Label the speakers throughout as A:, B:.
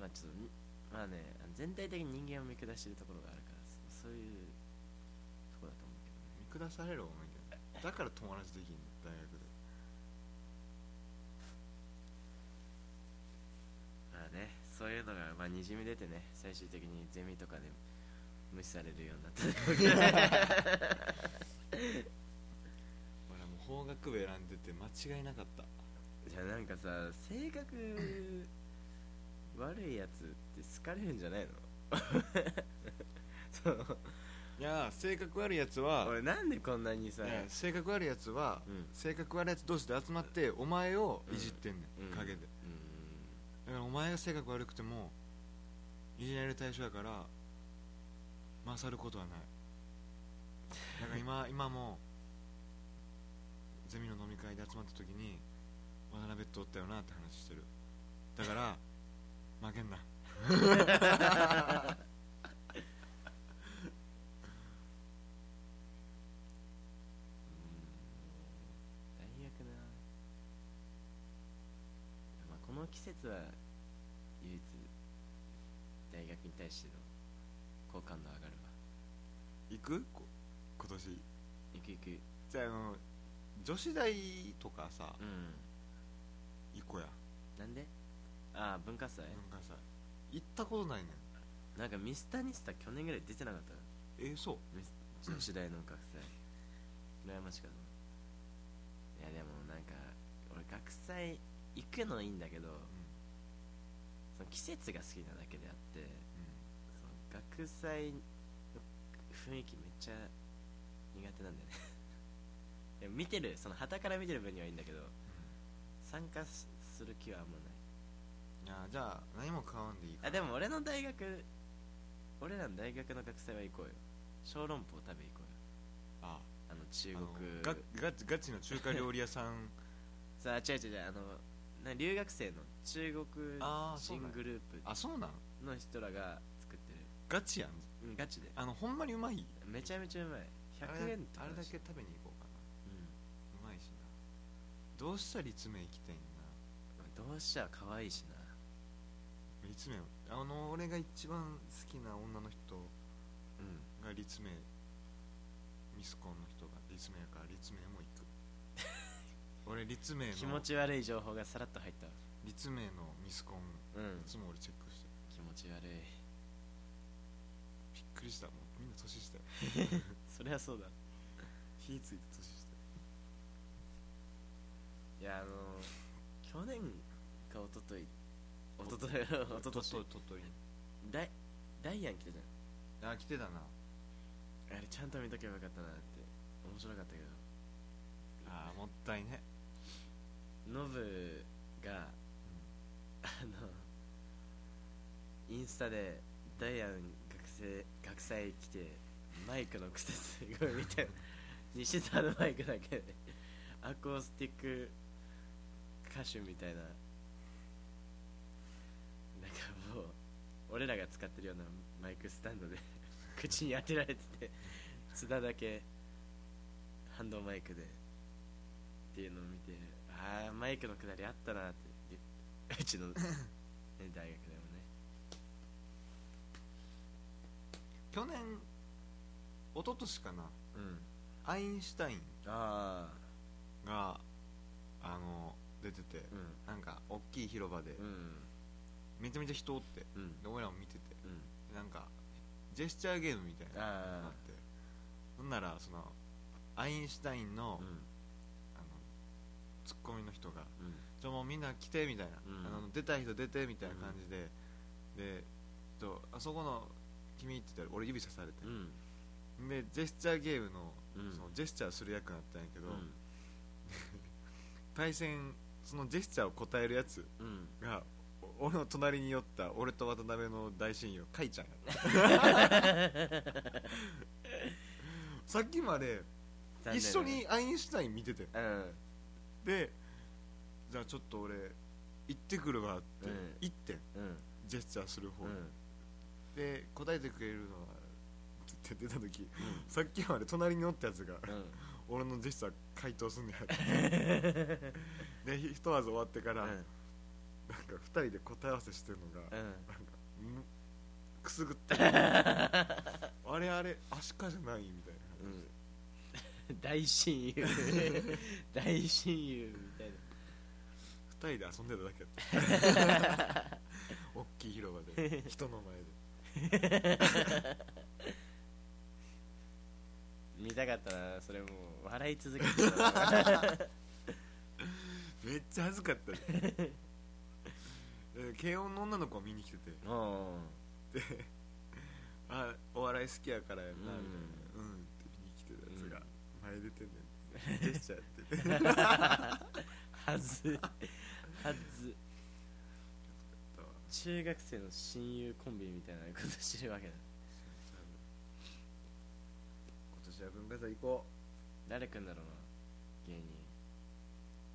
A: まあちょっとにまあね全体的に人間を見下してるところがあるからそそういうとこだと思うけどね
B: 見下されるお前けどだから友達できんの大学で
A: まあねそういうのがまあにじみ出てね最終的にゼミとかで無視されるようになった
B: 俺はもう法学部選んでて間違いなかった
A: じゃあなんかさ性格悪いやつって好かれるんじゃないの そう
B: いやー性格悪いやつは
A: 俺なんでこんなにさ、
B: いや性格悪いやつは、
A: うん
B: 性格悪いやつ同士で集まってお前をいじってんねん、
A: うん
B: 陰で
A: う
B: だからお前が性格悪くてもいじられる対象やから勝ることはないだから今今もゼミの飲み会で集まった時に渡辺っておったよなって話してるだから負けんな
A: ん最悪だな、まあ、この季節は唯一大学に対しての好感度上がるわ
B: 行くこ今年
A: 行く行く
B: じゃああの女子大とかさ
A: うん
B: 行こうや
A: なんでああ文化祭、
B: なんかさ行ったことないねん
A: なんかミスタニスタ去年ぐらい出てなかった
B: えそう
A: ミス女子大の学祭羨ましかったいやでもなんか俺学祭行くのいいんだけど
B: う
A: その季節が好きなだけであって
B: んうん
A: その学祭の雰囲気めっちゃ苦手なんだよね でも見てるその旗から見てる分にはいいんだけど参加しする気はあんまない
B: いやじゃあ何も買わんでいいから
A: あでも俺の大学俺らの大学の学祭は行こうよ小籠包食べ行こうよ
B: あ
A: あの中
B: あの
A: 国
B: ガガチガチの中華料理屋 さん
A: さあ違う違う違うあのな留学生の中国
B: あーそう
A: 人
B: なんや
A: グループ
B: あそうなん
A: の人らが作って
B: ガチやん
A: る、うん、ガチで
B: あのほんまにうまい
A: めちゃめちゃうまい
B: あ
A: 100
B: れ
A: 円とか
B: あれだ
A: し
B: け食べに行こうかな
A: う
B: うまいしなどうしたら立命行きたいん
A: ん、どうしたら可愛いしな
B: だ立命あの俺が一番好きな女の人
A: うん
B: が立命ミスコンの人が立命やから立命も行 く俺立命
A: 気
B: の
A: 持ち悪い情報がさらっと入ったわ
B: 立命のミスコン
A: うん
B: いつも俺チェックしてる
A: 気持ち悪い
B: びっくりしたもうみんな年下よ
A: そりゃそうだ
B: 火ついて年下
A: いやあの去年か一昨日一昨日 一昨年
B: 鳥取
A: ダイダイアン来たじゃん
B: あ来てたな
A: あれちゃんと見とけばよかったなって面白かったけど
B: ああもったいね
A: ノブがあのインスタでダイアン学生学祭来てマイクの癖すごいみたいな西澤のマイクだけでアコースティック歌手みたいななんかもう俺らが使ってるようなマイクスタンドで口に当てられてて津田だけハンドマイクでっていうのを見てああマイクのくだりあったなって言ってうち の、ね、大学でもね
B: 去年一昨年かな
A: うん
B: アインシュタイン
A: ああ
B: があの出てて、
A: うん
B: なんか大きい広場で、
A: うん
B: めちゃめちゃ人おって
A: うん
B: で俺らも見てて
A: うん
B: なんかジェスチャーゲームみたいなのがあ
A: あ
B: ってほんならそのアインシュタイン
A: あ
B: の,、
A: うん
B: あのツッコミの人が
A: うん
B: じゃあもうみんな来てみたいな、
A: うん
B: あの出たい人出てみたいな感じで、でちょっとあそこの君って言ったら俺指さされて、
A: うん
B: でジェスチャーゲームの,、
A: うん
B: そのジェスチャーする役になったんやけど、
A: うん
B: 対戦そのジェスチャーを答えるやつ
A: うん
B: がお俺の隣に寄った俺と渡辺の大親友カイちゃんやった さっきまで
A: 残念
B: 一緒にアインシュタイン見てて
A: うんうん
B: でじゃあちょっと俺行ってくるわって、
A: うん
B: 行ってんジェスチャーする方、
A: うん
B: で答えてくれるのはって出た時、さっきまで隣におったやつが
A: うん
B: 俺のジェ スチャー回答すんねやってでひとまず終わってから、
A: うん
B: なんか2人で答え合わせしてるのが、
A: うん
B: むくすぐって あれあれアシカじゃないみたいな、
A: うん大 親友大親友みたいな
B: 2人で遊んでただけだ った大きい広場で人の前で
A: 見たかったなそれもう笑い続けて たな
B: めっちゃ恥ずかったねで慶応の女の子を見に来てて
A: うん
B: あお笑い好きやからやなみたいなうん、って見に来てたやつが、前出てんねんジェスチャーやって
A: はずはず
B: たわ
A: 中学生の親友コンビみたいなことしてるわけだ
B: 今年は文化祭行こ
A: 誰くんだろうな芸人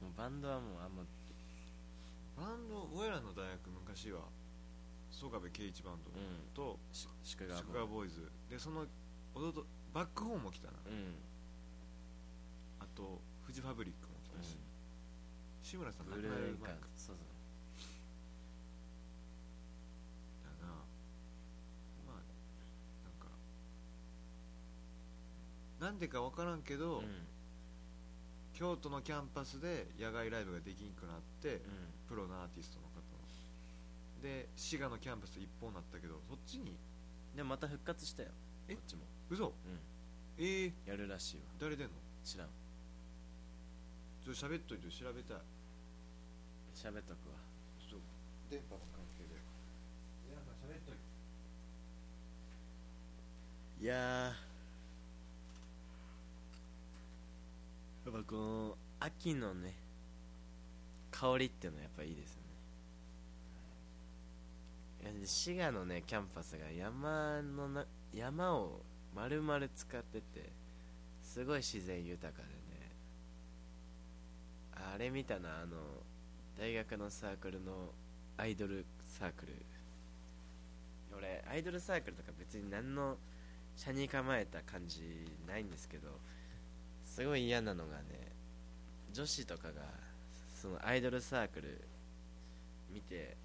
A: もうバンドはもうあんま
B: うバンド俺らの大学昔は曽我部圭一バンド
A: うん
B: と
A: し宿川
B: 宿
A: も
B: 川ボーイズでその弟バックホーンも来たな
A: うん、
B: あとフジファブリックも来たし、志村さん
A: うん、ブル
B: 亡くな
A: ーイ
B: る
A: ンカ
B: 前
A: ー
B: だ
A: そうそう
B: なまあなんかなんでか分からんけど、
A: うん
B: 京都のキャンパスで野外ライブができんくなって、
A: うん
B: プロのアーティストの方ので滋賀のキャンパス一本になったけどそっちに
A: でもまた復活したよ
B: え
A: こっちも
B: 嘘
A: うん
B: えー、
A: やるらしいわ
B: 誰出んの
A: 知らん
B: ちょっと喋っといて調べたい
A: 喋っとくわ
B: ちょっと電波の関係で皆さん喋っといて
A: いやーやっぱこの秋のね香りっていうのはやっぱいいですよねいやで滋賀のねキャンパスが山のな山を丸々使っててすごい自然豊かでねあれ見たなあの大学のサークルのアイドルサークル俺アイドルサークルとか別に何の車に構えた感じないんですけどすごい嫌なのがね女子とかがそのアイドルサークル見て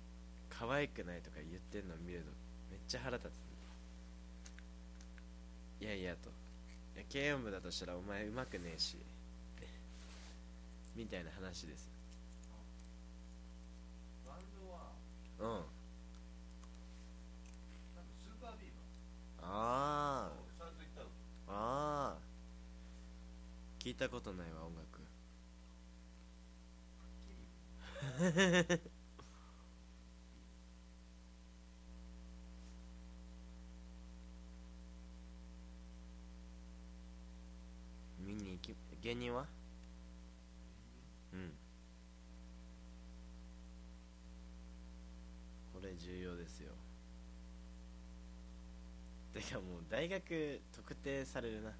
A: 可愛くないとか言ってんの見るのめっちゃ腹立ついやいやといや軽音部だとしたらお前うまくねえしみたいな話です
B: バンドは
A: うんあ
B: 多分スーパービーバ
A: あ
B: ちゃんと行ったの
A: ああ聞いたことないわ音楽見に行き芸人はうんこれ重要ですよてかもう大学特定されるな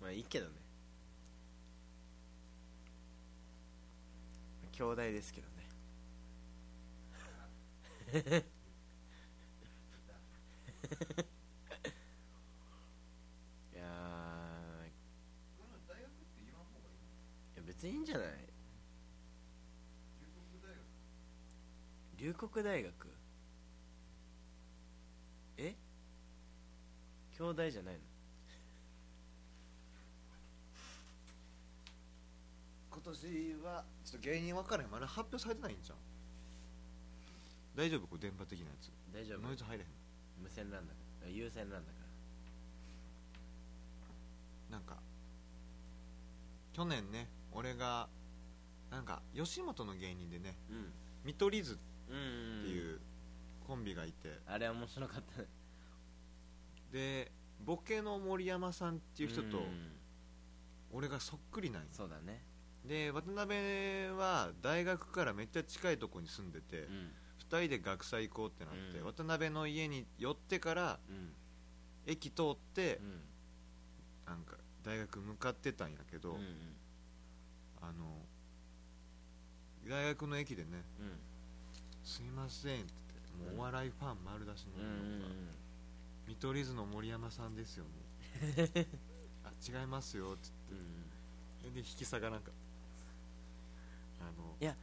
A: まあいいけどね兄弟ですけどねいやー
B: 大学って言わん方がいい
A: いや別にいいんじゃない
B: 龍谷大学
A: 龍谷大学え兄弟じゃないの
B: 今年はちょっと芸人分からへんまだ発表されてないんじゃん大丈夫これ電波的なやつ
A: 大丈夫
B: ノイズ入れへん
A: 無線なんだから優先なんだから
B: なんか去年ね俺がなんか吉本の芸人でね
A: うん
B: 見取り図っ
A: うん
B: て
A: うん
B: いうコンビがいて、
A: あれ面白かったね
B: でボケの森山さんっていう人と
A: うん
B: 俺がそっくりなんよ
A: そうだね
B: で渡辺は大学からめっちゃ近いとこに住んで
A: う
B: て、
A: ん
B: 二2人で学祭行こうってなって、
A: うん
B: 渡辺の家に寄ってから
A: うん
B: 駅通って、
A: うん
B: なんか大学向かってたんやけど、
A: うんうん
B: あの大学の駅でね
A: うん
B: 「すいません」って言ってもうお笑いファン丸出しの
A: う
B: 女の子が
A: ん
B: 見取り図の森山さんですよね」 あ違いますよ」って
A: うん
B: 言ってで引き下がらんかったあの
A: いや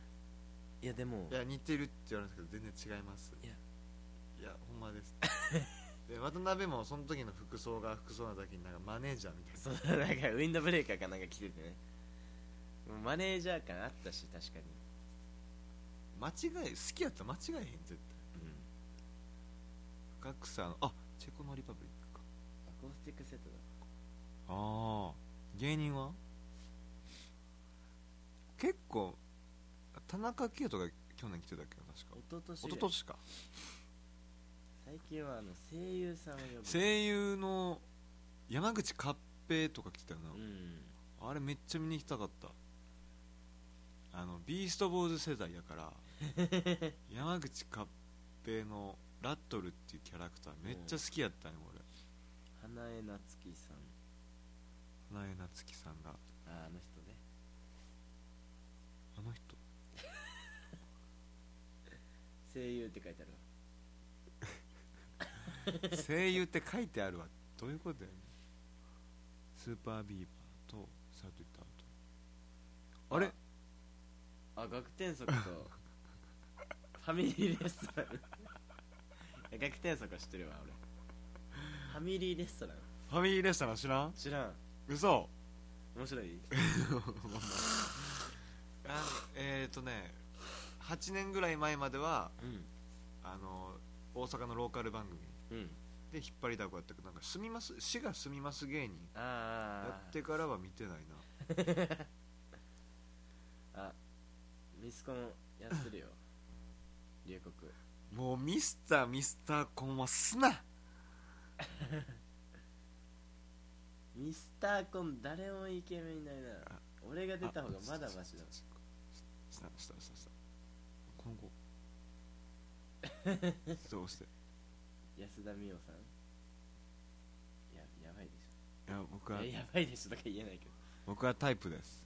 A: いやでも
B: いや似てるって言われるんですけど全然違います
A: いや
B: いやほんまです で渡辺もその時の服装が服装の時になんかマネージャーみたいな
A: そうなんかウィンドブレーカーかなんか着ててねもうマネージャー感あったし確かに
B: 間違い好きやったら間違えへん絶対
A: うん
B: 格差のあチェコのリパブリックか
A: アコースティックセットだ
B: ああ芸人は結構田中圭とか去年来てたっけな確か
A: 一昨年
B: 一
A: ぐらい
B: 昨年か
A: 最近はあの声優さんを呼ぶ
B: 声優の山口勝平とか来てたよな、
A: うん
B: あれめっちゃ見に行きたかったあのビーストボーイズ世代やから山口勝平のラットルっていうキャラクターめっちゃ好きやったね俺
A: 花江夏樹さん
B: 花江夏樹さんが
A: ああの人ね
B: あの人
A: 声優って書いてあるわ
B: 声優って書いてあるわどういうことやねんスーパービーバーとサトイタとあれ
A: あ学天則とファミリーレスト ランいや学天則は知ってるわ俺ファミリーレストラン
B: ファミリーレストラン知らん
A: 知らん
B: 嘘
A: 面白い
B: あえっ、ー、とね8年ぐらい前までは
A: うん
B: あの大阪のローカル番組
A: うん
B: で引っ張りだこやったけどなんか住みます市が住みます芸人
A: ああ
B: やってからは見てないな
A: あミスコンやって るよ龍谷
B: もうミスターミスターコンはすな
A: ミスターコン誰もイケメンいないな
B: あ
A: 俺が出た方がまだマシだ
B: したしたしたした今 後どうして
A: 安田美桜さんいややばいでし
B: いや僕
A: ょ
B: はい
A: ややばいでしょとか言えないけど
B: 僕はタイプです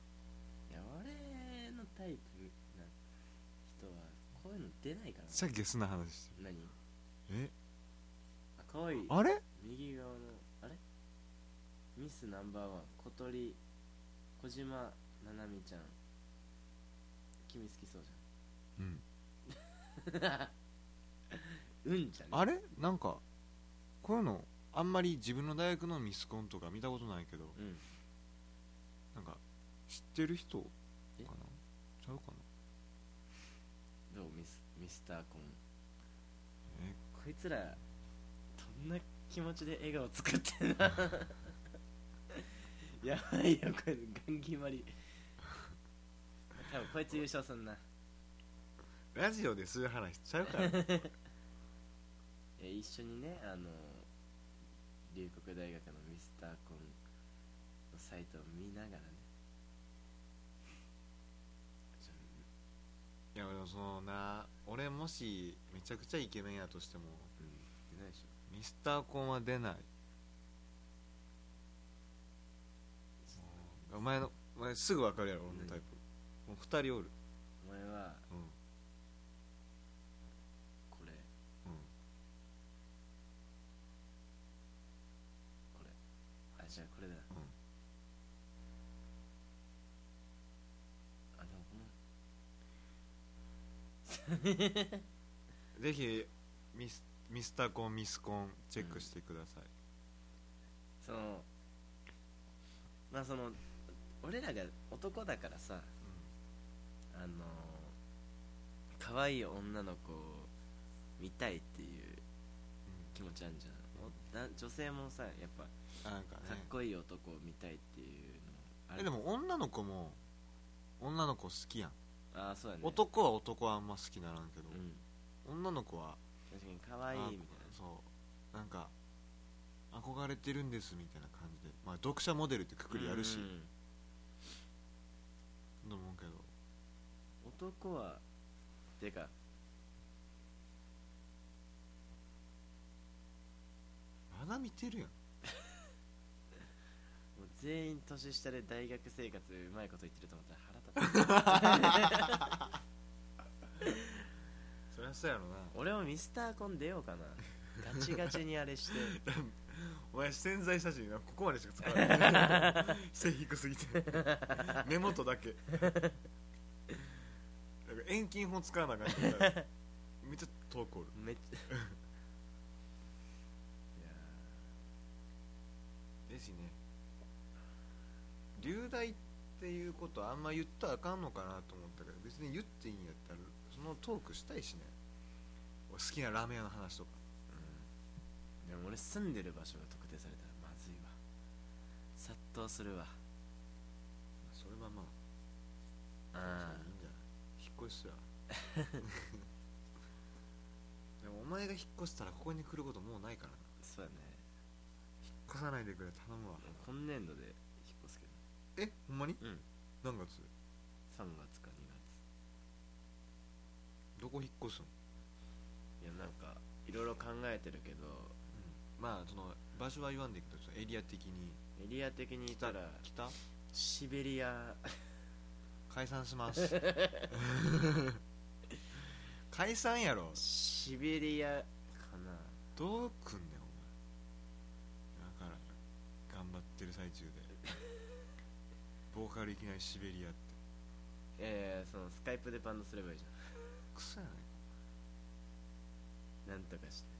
A: いや俺のタイプな人はこういうの出ないから
B: さっきゲスな話して
A: 何
B: るえ
A: あ可愛い
B: あれ
A: 右側のあれミスナンバーワン小鳥小島ななみちゃん君好きそうじ
B: うん
A: ゃんうんじゃね
B: あれなんかこういうのあんまり自分の大学のミスコンとか見たことないけど
A: うん
B: なんか知ってる人か
A: え
B: なちゃうかな
A: どうミスミスターコン
B: え
A: こいつらどんな気持ちで笑顔作ってんな やばいよこれガン決まり多分こいつ優勝すんな
B: ラジオでそういう話しちゃうから
A: え一緒にねあの龍谷大学のミスターコンのサイトを見なが らねちょ
B: いやでもそのな俺もしめちゃくちゃイケメンやとしても
A: うん出ないでしょ
B: ミスターコンは出ないお前のお前すぐ分かるやろ俺のタイプもう2人おる
A: お前は
B: うん
A: これ
B: うん
A: これあじゃあこれだ
B: うん
A: あでもこの
B: ぜひミスミスターコンミスコンチェックしてください、
A: そのまあその俺らが男だからさあの可愛い女の子を見たいっていう気持ちあるじゃんおな女性もさやっぱ
B: うんなんか
A: かっ
B: ね
A: こいい男を見たいっていうのあ
B: えでも女の子も女の子好きやん、
A: ああそうだね
B: 男は男はあんま好きならんけど
A: う、ん
B: 女の子は
A: 確かに可愛い
B: あ
A: みたい
B: そうなんか憧れてるんですみたいな感じで、まあ、読者モデルってく
A: な
B: くりあるし
A: うん
B: と思うけど
A: 男はてか
B: まだ見てるやん
A: もう全員年下で大学生活うまいこと言ってると思ったら腹立つ
B: そりゃそうやろ
A: 俺もミスターコン出ようかなガチガチにあれして
B: なお前潜在写真はここまでしか使わ ない背低すぎて目元だけなんか遠近法使わなあかんかったらめっちゃ遠くおる
A: めっちゃいや
B: ですね流大っていうことあんま言ったらあかんのかなと思ったけど別に言っていいんやったらそのトークしたいしね俺好きなラーメン屋の話とか
A: ーでも俺住んでる場所が特定されたらまずいわ殺到するわ
B: それはまあ
A: あ
B: いいんじゃない引っ越しす らでもお前が引っ越したらここに来ることもうないからな
A: そうだね
B: 引っ越さないでくれ頼むわ
A: もう今年度で引っ越すけ
B: えほんまに
A: どうん
B: 何月
A: 3月か2月
B: どこ引っ越すの、
A: いやなんかいろいろ考えてるけど
B: まあその場所は言わんでいくとエリア的に
A: エリア的に言ったら
B: 北
A: シベリア
B: 解散します解散やろ
A: シベリアかな
B: どうくんねんお前だから頑張ってる最中でボーカルいきなりシベリアって
A: いやいやそのスカイプでバンドすればいいじ
B: クソやない
A: ゃんなんとかして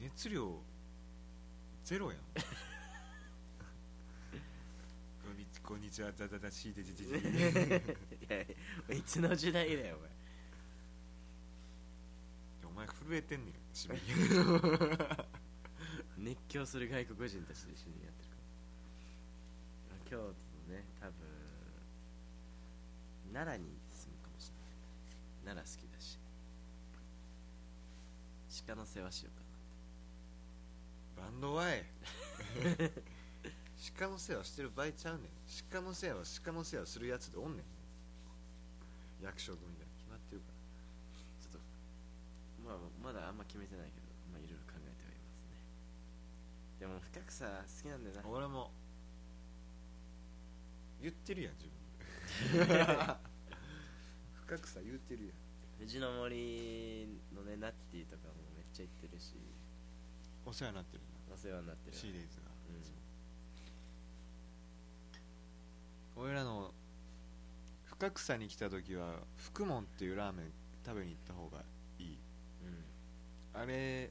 B: 熱量ゼロやんこんにちこんにちはザザザシーデジジジ
A: いやいやいつの時代だよお前
B: お前震えてんねんシベリ
A: 熱狂する外国人たちと一緒にやってるから京都のね多分奈良に住むかもしれない奈良好きだし鹿の世話しようか
B: アバンドワイ鹿の世話してる場合ちゃうねん鹿の世話は鹿の世話するやつでおんねん役職みたいな決まってるから
A: なちょっとまあまだあんま決めてないけどまあいろいろ考えてはいますねでも深草好きなんだよな
B: 俺も言ってるやん自分深くさ言ってるやん
A: 藤の森のねナッティとかもめっちゃ行ってるし
B: お世話になってるな
A: お世話になってる
B: シーデイズが、
A: う
B: 俺らの深草に来た時は福門っていうラーメン食べに行った方がいい
A: んうん
B: あれ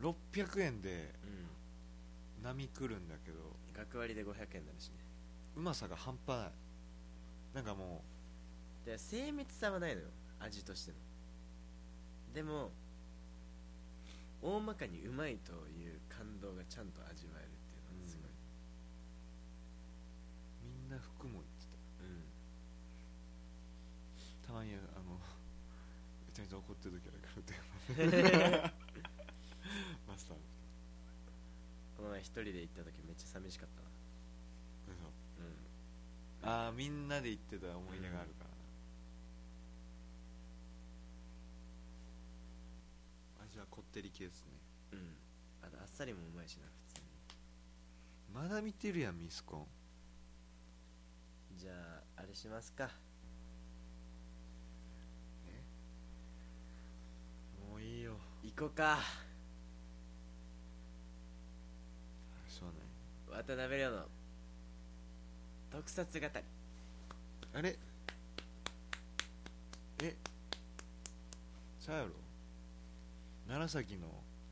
B: 600円で
A: うん
B: 波来るんだけど
A: 学割で500円になるしね
B: うまさが半端ないなんかも
A: で精密さはないのよ味としてのでも大まかにうまいという感動がちゃんと味わえるっていうのがすごい、
B: うみんな福門行って
A: う
B: たたまにあのめちゃめちゃ怒ってる時あるから電話で マスター
A: ん、この前一人で行った時めっちゃ寂しかったな
B: そう
A: う
B: ああみんなで行ってた思い出があるからな、味はこってり系です
A: ん
B: ね
A: うんあとあっさりもうまいしな普通
B: まだ見てるやんミスコン
A: にじゃああれしますか
B: もういいよ
A: 行こうか
B: しょう
A: 渡辺亮の特撮語り
B: がないあれえちゃうやろ楢崎の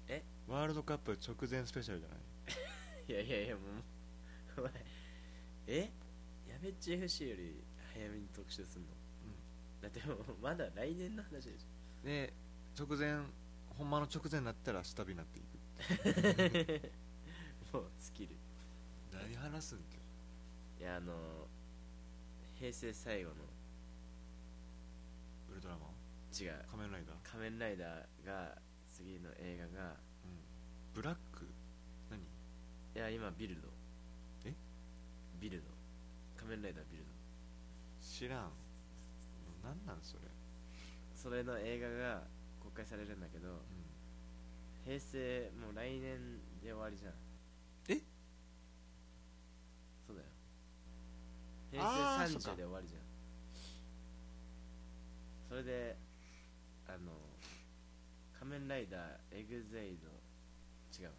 A: え
B: ワールドカップ直前スペシャルじゃない
A: いやいやいやもうお前えやべっち FC より早めに特集すんの、だってもうまだ来年の話でし
B: で直前ほんまの直前になったら下火になっていく
A: ょもう尽きる
B: 何話すんけ
A: いやあの平成最後の
B: ウルトラマン
A: 違う
B: 仮面ライダー
A: 仮面ライダーが次の映画が
B: ブラック何
A: いや今ビルド
B: え
A: ビルド仮面ライダービルド
B: 知らん何なんそれ、
A: それの映画が公開されるんだけど平成もう来年で終わりじゃん
B: え
A: そうだよ
B: あ
A: 平
B: ー
A: 成
B: そっか
A: 30で終わりじゃんそれであの仮面ライダーエグゼイド違う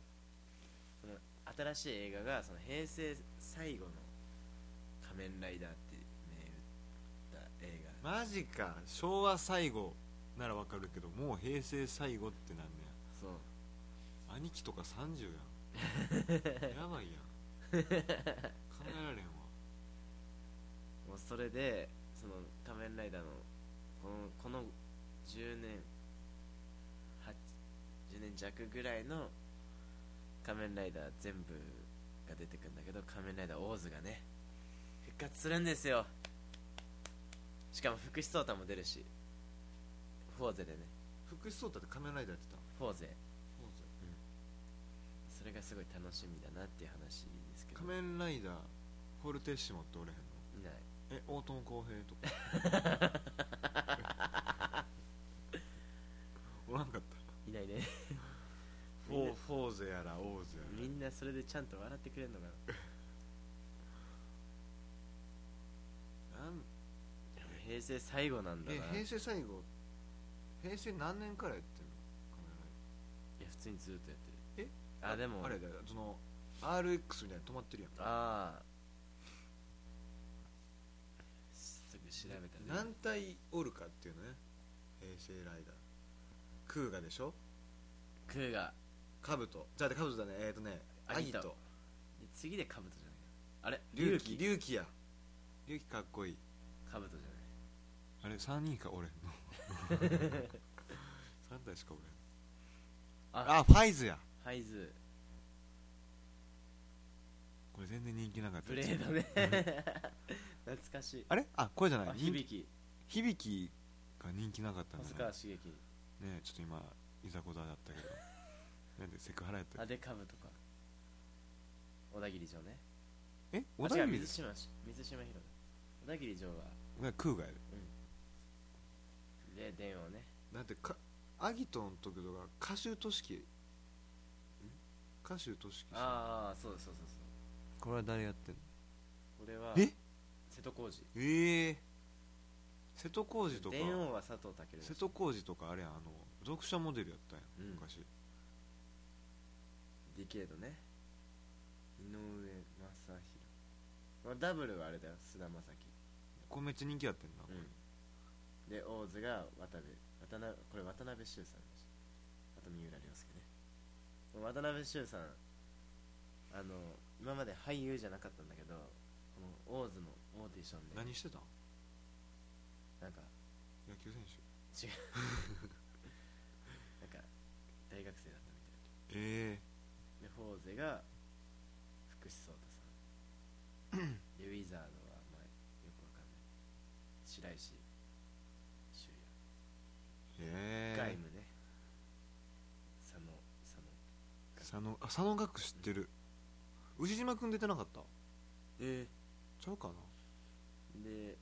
A: その新しい映画がその平成最後の仮面ライダーって銘打った映画
B: マジか昭和最後ならわかるけどもう平成最後ってなんね
A: そう
B: や兄貴とか30やんやばいやん考えられんわ
A: もうそれでその「仮面ライダーの」このこの10年8 10年弱ぐらいの「仮面ライダー」全部が出てくるんだけど「仮面ライダーオーズ」がね復活するんですよしかも福士蒼汰も出るしフォーゼでね
B: 福士蒼汰って仮面ライダーやってた
A: フォーゼそれがすごい楽しみだなっていう話ですけど
B: 仮面ライダーフォルテッシモっておれへんの
A: いない
B: え大友康平とか おらんかった
A: いないね
B: フォーフォーゼやらオーゼや
A: みんなそれでちゃんと笑ってくれるのかな
B: らなん
A: 平成最後なんだ
B: え
A: な
B: 平成最後平成何年からやってんの仮面ライ
A: い
B: ダー
A: や普通にずっとやってる
B: え
A: あでも
B: あれだよその RX みたいなの止まってるやん
A: ああすぐ調べたね
B: 何体おるかっていうのね平成ライダークーガでしょ
A: クーが
B: カブトじゃあカブトだねえっ、ー、とねア
A: ア
B: ギ
A: ギト
B: ト
A: で次でカブトじゃないあれ
B: 龍
A: 龍騎
B: 騎龍騎や龍騎かっこいい
A: カブトじゃない
B: あれ3人か 俺の3体しか俺
A: あ
B: あファイズや
A: ハイズ
B: これ全然人気なかった
A: ブ
B: や
A: レ
B: つ
A: ード ね懐かしい
B: あれあこれじゃな
A: あ
B: い人
A: 響
B: 気
A: き響
B: 響きが人気なかったんだ
A: 細
B: ね
A: 川茂樹
B: ねちょっと今いざこざだっ たけどなんでセクハラやった
A: あ
B: よ
A: でカブトか小田切城ね
B: え
A: あ
B: 小田
A: 違う
B: 切
A: 水島し水島ヒロ小田切城は
B: が空外
A: で電王ね
B: だってかアギトの時とか歌手としき歌手としき
A: ああそうそうそうそ
B: これは誰やってんの
A: うこれは
B: え
A: 瀬戸康史
B: ええ瀬戸康史とか
A: 電王は佐藤健
B: 瀬戸康史とかあれやんあの読者モデルやったやん、
A: うん
B: 昔
A: ディケードね井上正宏まあダブルはあれだよ菅田将
B: これめっちゃ人気やってんな、
A: 暉、うん、で大津が渡部渡辺これ渡辺修さんでしょあと三浦涼介ね渡辺修さんあの今まで俳優じゃなかったんだけどこの大津のオーディションで
B: 何してたん
A: なんか
B: 野球選手
A: 違うなんか大学生だったみたい
B: ええ
A: でフォーゼが福士蒼汰 さんでウィザードはまあよくわかんない白石修也外
B: え
A: 務ね佐野佐野
B: え佐野あ佐野岳知ってる、牛島君出てなかった
A: え
B: ちゃうかな
A: で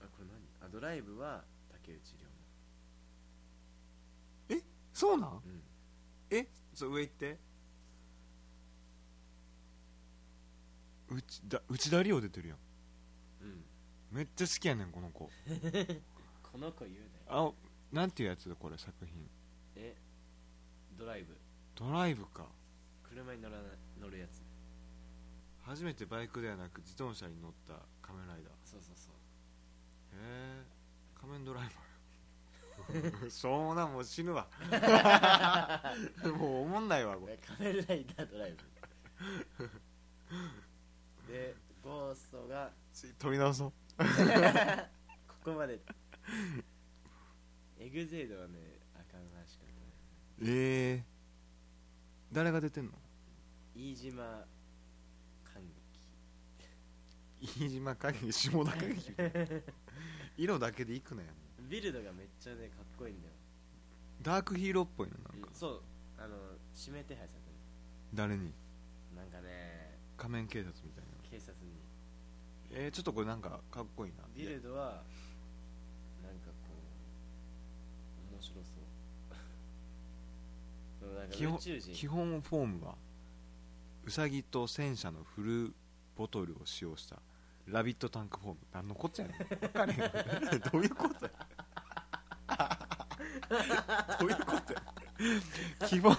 A: あこれ何あドライブは竹内涼
B: そうなん
A: 真うん
B: えちょ上行ってうちだ内田理央出てるやん
A: うん
B: めっちゃ好きやねんこの子
A: この子言うなよ
B: あなんていうやつだこれ作品
A: えドライブ
B: ドライブか
A: 車に乗らな乗るやつ
B: 初めてバイクではなく自動車に乗った仮面ライダー
A: そうそうそう
B: へえ仮面ドライバー よしょうもないもう死ぬわ もうおもんないわこれ
A: え仮面ライダードライブでゴーストが
B: 次撮り直そう
A: ここまでエグゼイドはねあかんらしかったね
B: ええ誰が出てんの
A: 飯島歓
B: 飯島影下田影みたいな 色だけでいくなよ
A: 劇ビルドがめっちゃねかっこいいんだよ
B: ダークヒーローっぽいのなんか
A: そうあの指名手配されて
B: 誰に
A: るなんかね
B: 仮面警察みたいな
A: 警察に
B: えー、ちょっとこれなんかかっこいいな
A: ビルドはなんかこう面白 そうでもなん
B: 基
A: か
B: 本
A: 宇宙人
B: 基本フォームはウサギと戦車のフルボトルを使用したラビットタンクフォーム何のこっちゃやねん分かれへん どういうことや どういうことや基本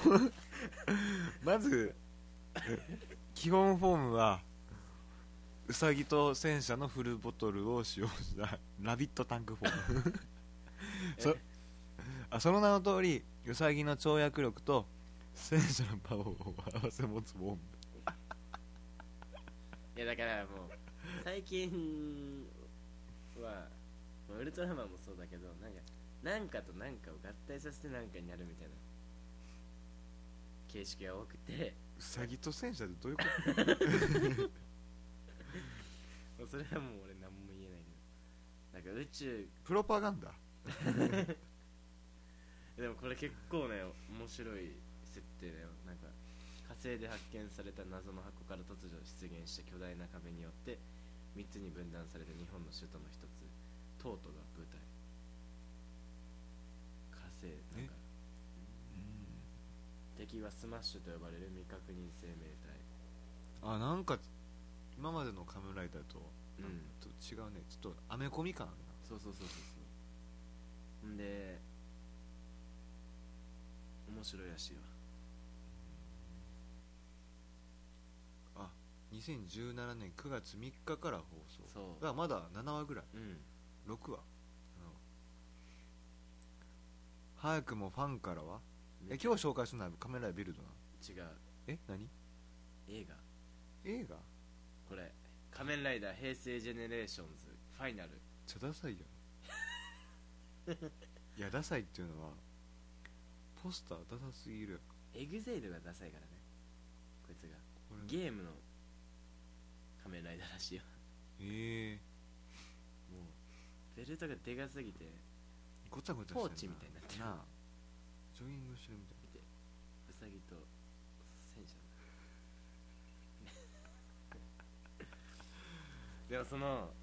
B: まずえ基本フォームはウサギと戦車のフルボトルを使用したラビットタンクフォームそあその名の通りウサギの跳躍力と戦車のパワーを併せ持つフォーム
A: いやだからもう最近はまあウルトラマンもそうだけどなんかなんかとなんかを合体させてなんかになるみたいな形式が多くて
B: ウサギと戦車ってどういうこ
A: もうそれはもう俺何も言えないけどなんか宇宙
B: とプロパガンダ
A: でもこれ結構ね面白い設定だよなんか火星で発見された謎の箱から突如出現した巨大な壁によって3つに分断された日本の首都の一つ東都が舞台火星なんか敵はスマッシュと呼ばれる未確認生命体
B: あなんか今までの仮面ライダーと
A: うん
B: なんかちょっと違うねちょっとアメコミ感あるな
A: そうそうそうそうそうんで面白いらしいわ
B: あ2017年9月3日から放送
A: そう
B: がまだ7話ぐらい
A: うん
B: 6話うん早くもファンからはえ今日紹介するのはカメラビルドなの
A: 違う
B: え何
A: 映画
B: 映画
A: これ「仮面ライダー平成ジェネレーションズファイナル
B: ちゃダサいや んいやダサいっていうのはポスターダサすぎるやん」
A: エグゼイルがダサいからねこいつが
B: これ
A: ゲームの仮面ライダーらしいよ
B: ええ
A: もうベルトがでかすぎて
B: ごちゃごちゃしてん
A: ポーチみたいになってる
B: なあジョギングしてるみたい
A: ウサギと戦車でもその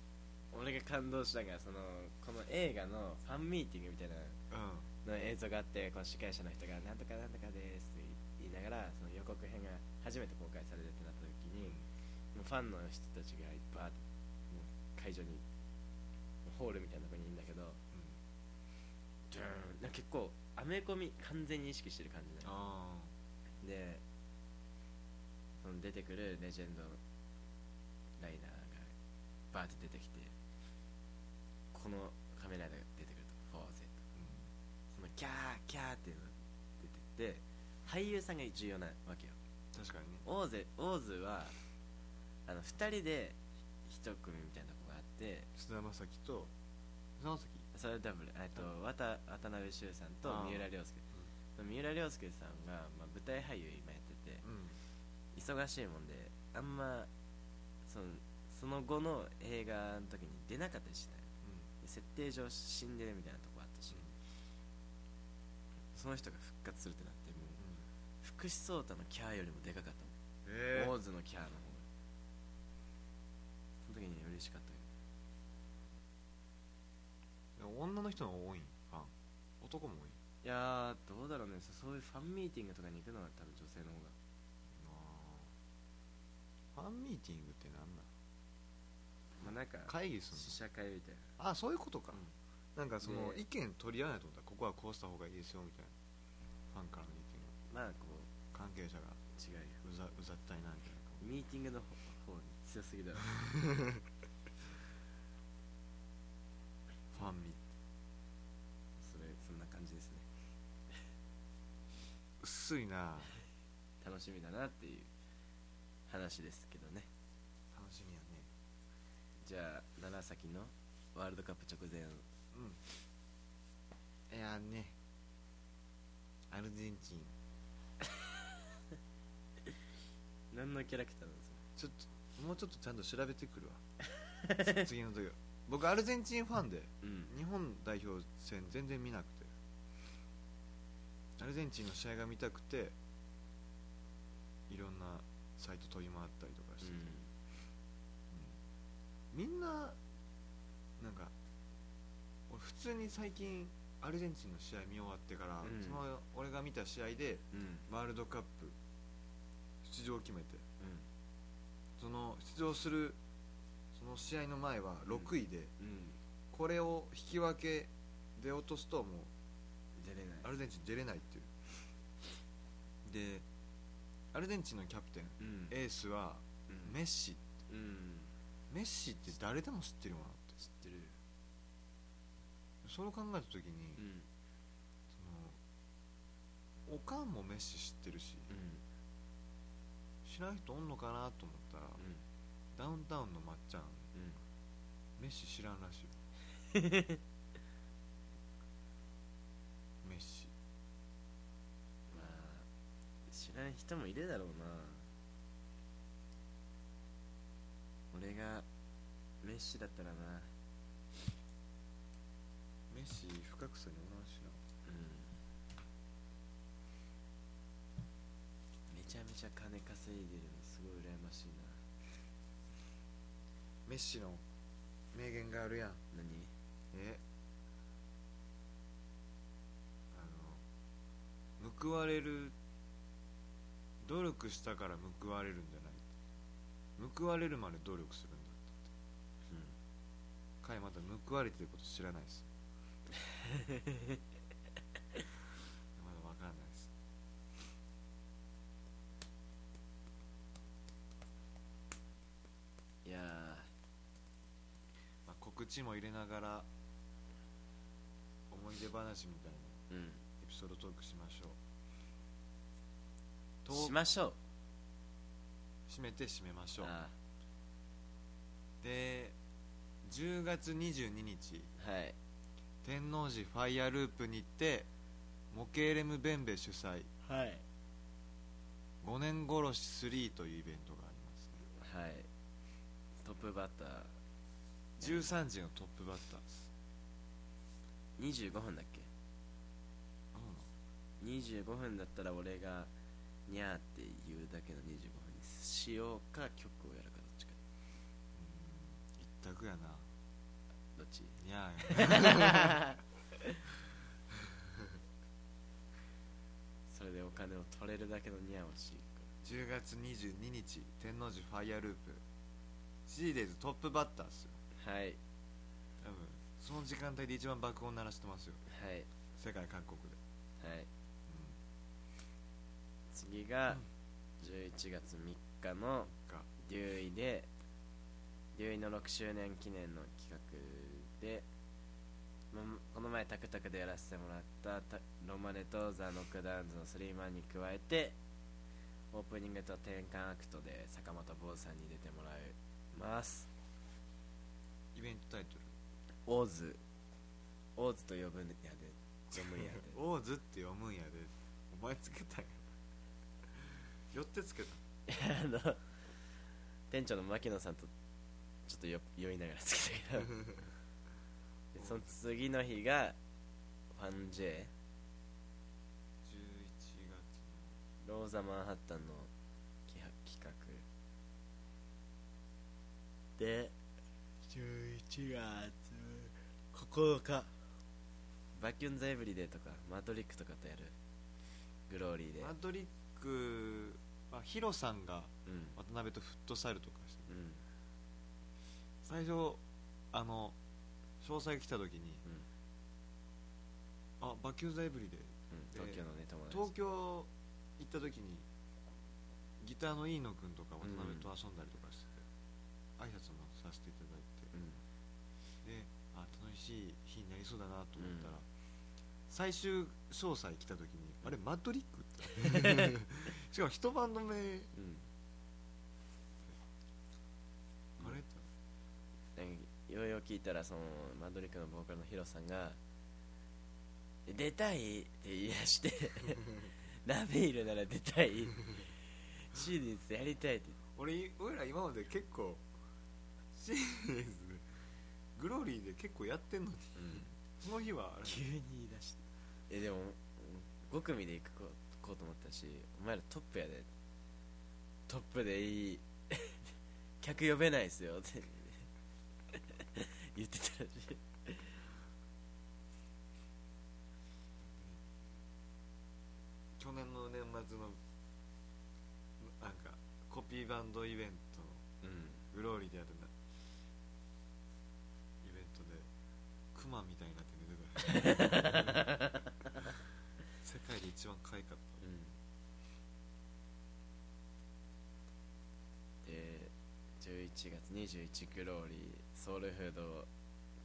A: 俺が感動したのがそのこの映画のファンミーティングみたいな
B: なうん
A: の映像があってこの司会者の人が「なんとかなんとかです」って言いながらその予告編が初めて公開されるってなった時にもうファンの人たちがいっぱいもう会場にホールみたいなとこにいるんだけどドゥーンなんか結構アメコミ完全に意識してる感じだよ
B: あ
A: でその出てくるレジェンドライダーがバーって出てきてこのカメラで出てくるとフォーゼットそのキャーキャーっていうのが出てって俳優さんが重要なわけよ
B: うん確かにね
A: オーゼオーズはあの2人で1組みたいなとこがあって
B: 菅田将暉と菅田将
A: それダブルえっと渡渡辺修さんと
B: あー
A: 三浦涼介三浦涼介さんが、まあ、舞台俳優今やってて
B: 暉うん
A: 忙しいもんであんまそのその後の映画の時に出なかったりしない設定上死んでるみたいなとこあったしその人が復活するってなってもう福士蒼太のキャーよりもでかかったもん
B: ええ
A: オーズのキャーの方がその時に嬉しかったけ
B: 女の人が多いファン男も多い
A: どいやーどうだろうねそそういうファンミーティングとかに行くのは多分女性の方が
B: ファンミーティングってなんだ
A: まあなんか
B: 会議す
A: 試写
B: る
A: 会みたいな
B: のあそういうことか、
A: うん
B: なんかその
A: で
B: 意見取り合わないと思ったここはこうした方がいいですよみたいなファンからの意見を
A: まあこう
B: 関係者が
A: 違うよ
B: うざうざったいなみたいな
A: ミーティングの方方に強すぎ だろ
B: ファンミ
A: それそんな感じですね
B: 薄いな
A: 楽しみだなっていう話ですけどね
B: 楽しみやね
A: じゃあ楢崎のワールドカップ直前
B: うんいやねアルゼンチン
A: 何のキャラクターなんですか
B: ちょっともうちょっとちゃんと調べてくるわ 次の時は僕アルゼンチンファンで
A: うん
B: 日本代表戦全然見なくてアルゼンチンの試合が見たくていろんなサイト飛び回ったりとかしてて、うんみんななんか俺普通に最近アルゼンチンの試合見終わってから、
A: うん
B: その俺が見た試合で
A: うんうん
B: ワールドカップ出場を決めてその出場するその試合の前は6位で、
A: うん
B: これを引き分けで落とすとも
A: 出れ
B: う
A: な
B: ア
A: い
B: ルゼンチン出れないっていうでアルゼンチンのキャプテン
A: うん
B: エースは
A: うん
B: メッシ
A: うん
B: メッシって誰でも知ってるものって
A: 知ってる
B: それを考えた時に、
A: うん
B: そのおかんもメッシ知ってるし、
A: う
B: 知らん人おんのかなと思ったら、
A: ん
B: ダウンタウンのまっちゃん
A: うん
B: メッシ知らんら しいよメッシ
A: まあ知らん人もいるだろうな俺がメッシだったらな
B: メッシ深草におらんしな
A: うんめちゃめちゃ金稼いでるのすごい羨ましいな
B: メッシの名言があるやん
A: 何
B: えあの報われる努力したから報われるんじゃない報われるまで努力するんだって彼また報われてること知らない ですまだ分からないです
A: いや
B: まあ、告知も入れながら思い出話みたいな
A: ーうん
B: エピソードトークしましょうと
A: しましょう
B: 締めて締めましょう
A: あ
B: で10月22日
A: ーはい
B: 天王寺ファイアループにてモケーレムベンベ主催
A: はい
B: 5年殺し3というイベントがありますね
A: はいトップバッタ
B: 13時のトップバッターです
A: ー25分だっけ25分だったら俺がにゃーって言うだけの25分にしようか曲をやるかどっちか
B: うん一択やな
A: どっち
B: いや
A: それでお金を取れるだけのにゃーをしよ
B: 10月22日天王寺ファイアループシリーデイズトップバッターっすよ
A: うかはい
B: 多分その時間帯で一番爆音鳴らしてますよ
A: はい
B: 世界各国で、
A: はい
B: うん
A: 次が11月3日の
B: が
A: デューイでデューイの6周年記念の企画でもうこの前タクタクでやらせてもらったたロマネとザ・ノックダウンズのスリーマンに加えてオープニングと転換アクトで坂本坊さんに出てもらいます
B: イベントタイトル
A: オーズオーズと呼ぶんやで呼ぶんやで
B: 「オーズ」って読むんやでお前つけたんやよってつけた
A: あの店長の牧野さんとちょっとよ酔いながらつけ たけどでその次の日がファンジェイ
B: 11月の
A: ローザ・マンハッタンの企画で11月9日バキュン・ザ・エブリデイとかマトリックとかとやるグローリーで
B: マトリックはヒロさんが
A: うん
B: 渡辺とフットサルとかして
A: うん
B: 最初あの詳細来た時に
A: うん
B: 「あバキューザエブリデイ」
A: うん東京のね友達
B: 東京行った時にギターの飯野君とか渡辺と遊んだりとかしてて、挨拶もさせていただいて
A: うん
B: であ楽しい日になりそうだなと思ったら、最終詳細来た時にあれマトリックって しかも一晩の目あれ
A: うんなんかようよう聞いたらそのマドリックのボーカルのヒロさんが「出たい?」って言い出 して「ラベイルなら出た い」「シーディーズやりたい」って
B: 俺俺ら今まで結構シリーズグローリーで結構やってんのにその日はあれ
A: 急に言い出してえでも5組で行くここうと思ったしお前らトップやでトップでい い客呼べないっすよって 言ってたらしい
B: 去年の年末のなんかコピーバンドイベントの
A: うん
B: グローリーでやるんだイベントでクマみたいになって寝てた世界で一番可愛かった
A: で11 4月21グローリーソウルフード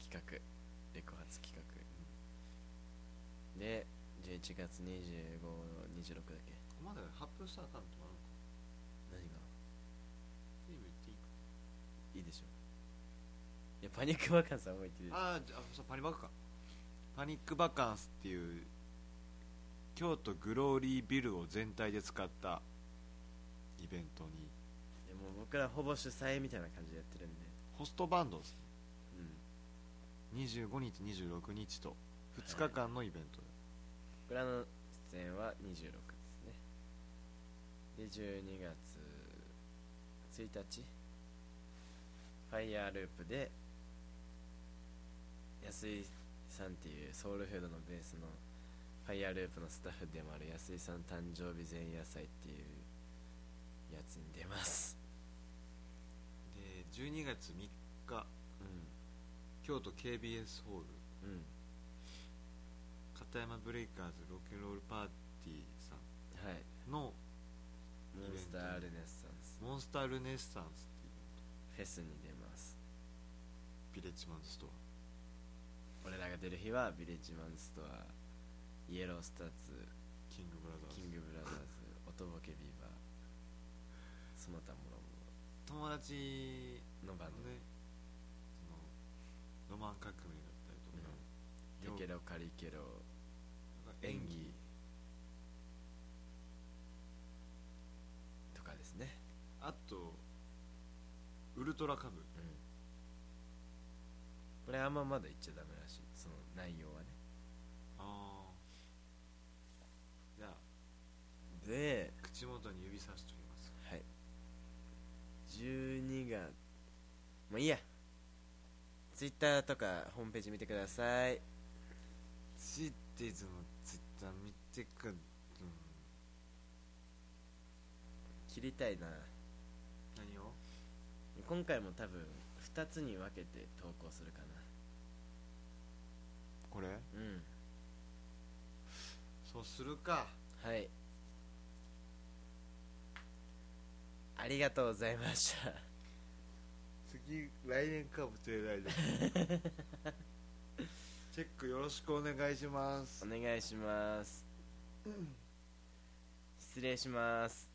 A: 企画レコ発企画で11月2526だっけ
B: まだ発表したら多分止まるのか
A: 何が
B: テレビ言っていいか
A: いいでしょいやパニックバカンスは覚えてる
B: あーじゃあそうパニバカかパニックバカンスっていう京都グローリービルを全体で使ったイベントに
A: でも僕らほぼ主催みたいな感じでやってるんで
B: ホストバンドです
A: うん
B: 25日26日と2日間のイベントで、
A: 僕らの出演は26ですねで12月1日ファイヤーループで安井さんっていうソウルフードのベースのファイヤーループのスタッフでもある安井さん誕生日前夜祭っていうやつに出ます
B: で12月3日京都 KBS ホール
A: うんうん
B: 片山ブレイカーズロケンロールパーティーさ
A: はい
B: んの
A: モンスター・ルネッサンス
B: モンスタールネッサンスっていう
A: フェスに出ます
B: ビレッジマンストア
A: 俺らが出る日はビレッジマンストアイエロースターツ
B: キングブラザーズ
A: キングブラザーズ、音ボケビーバー、その他もろも
B: 友達
A: ろのバンド、
B: ねそのロマン革命だったりとか,
A: テ
B: よ、
A: ケロ、カリケロ、
B: なんか
A: 演技とかですね。
B: あとウルトラカブ
A: これあんままだ言っちゃダメらしい、その内容はね。
B: ああじゃあ
A: で、
B: 口元に指さしておきます
A: はい。12月、もういいや。ツイッターとかホームページ見てください。
B: ツイッテーズのツイッター見てくうん
A: 切りたいな。
B: 何を
A: 今回も多分2つに分けて投稿するか
B: これ
A: な。うん。
B: そうするか
A: はいありがとうございました
B: 次来年かもしれないですチェックよろしくお願いします
A: お願いします、失礼します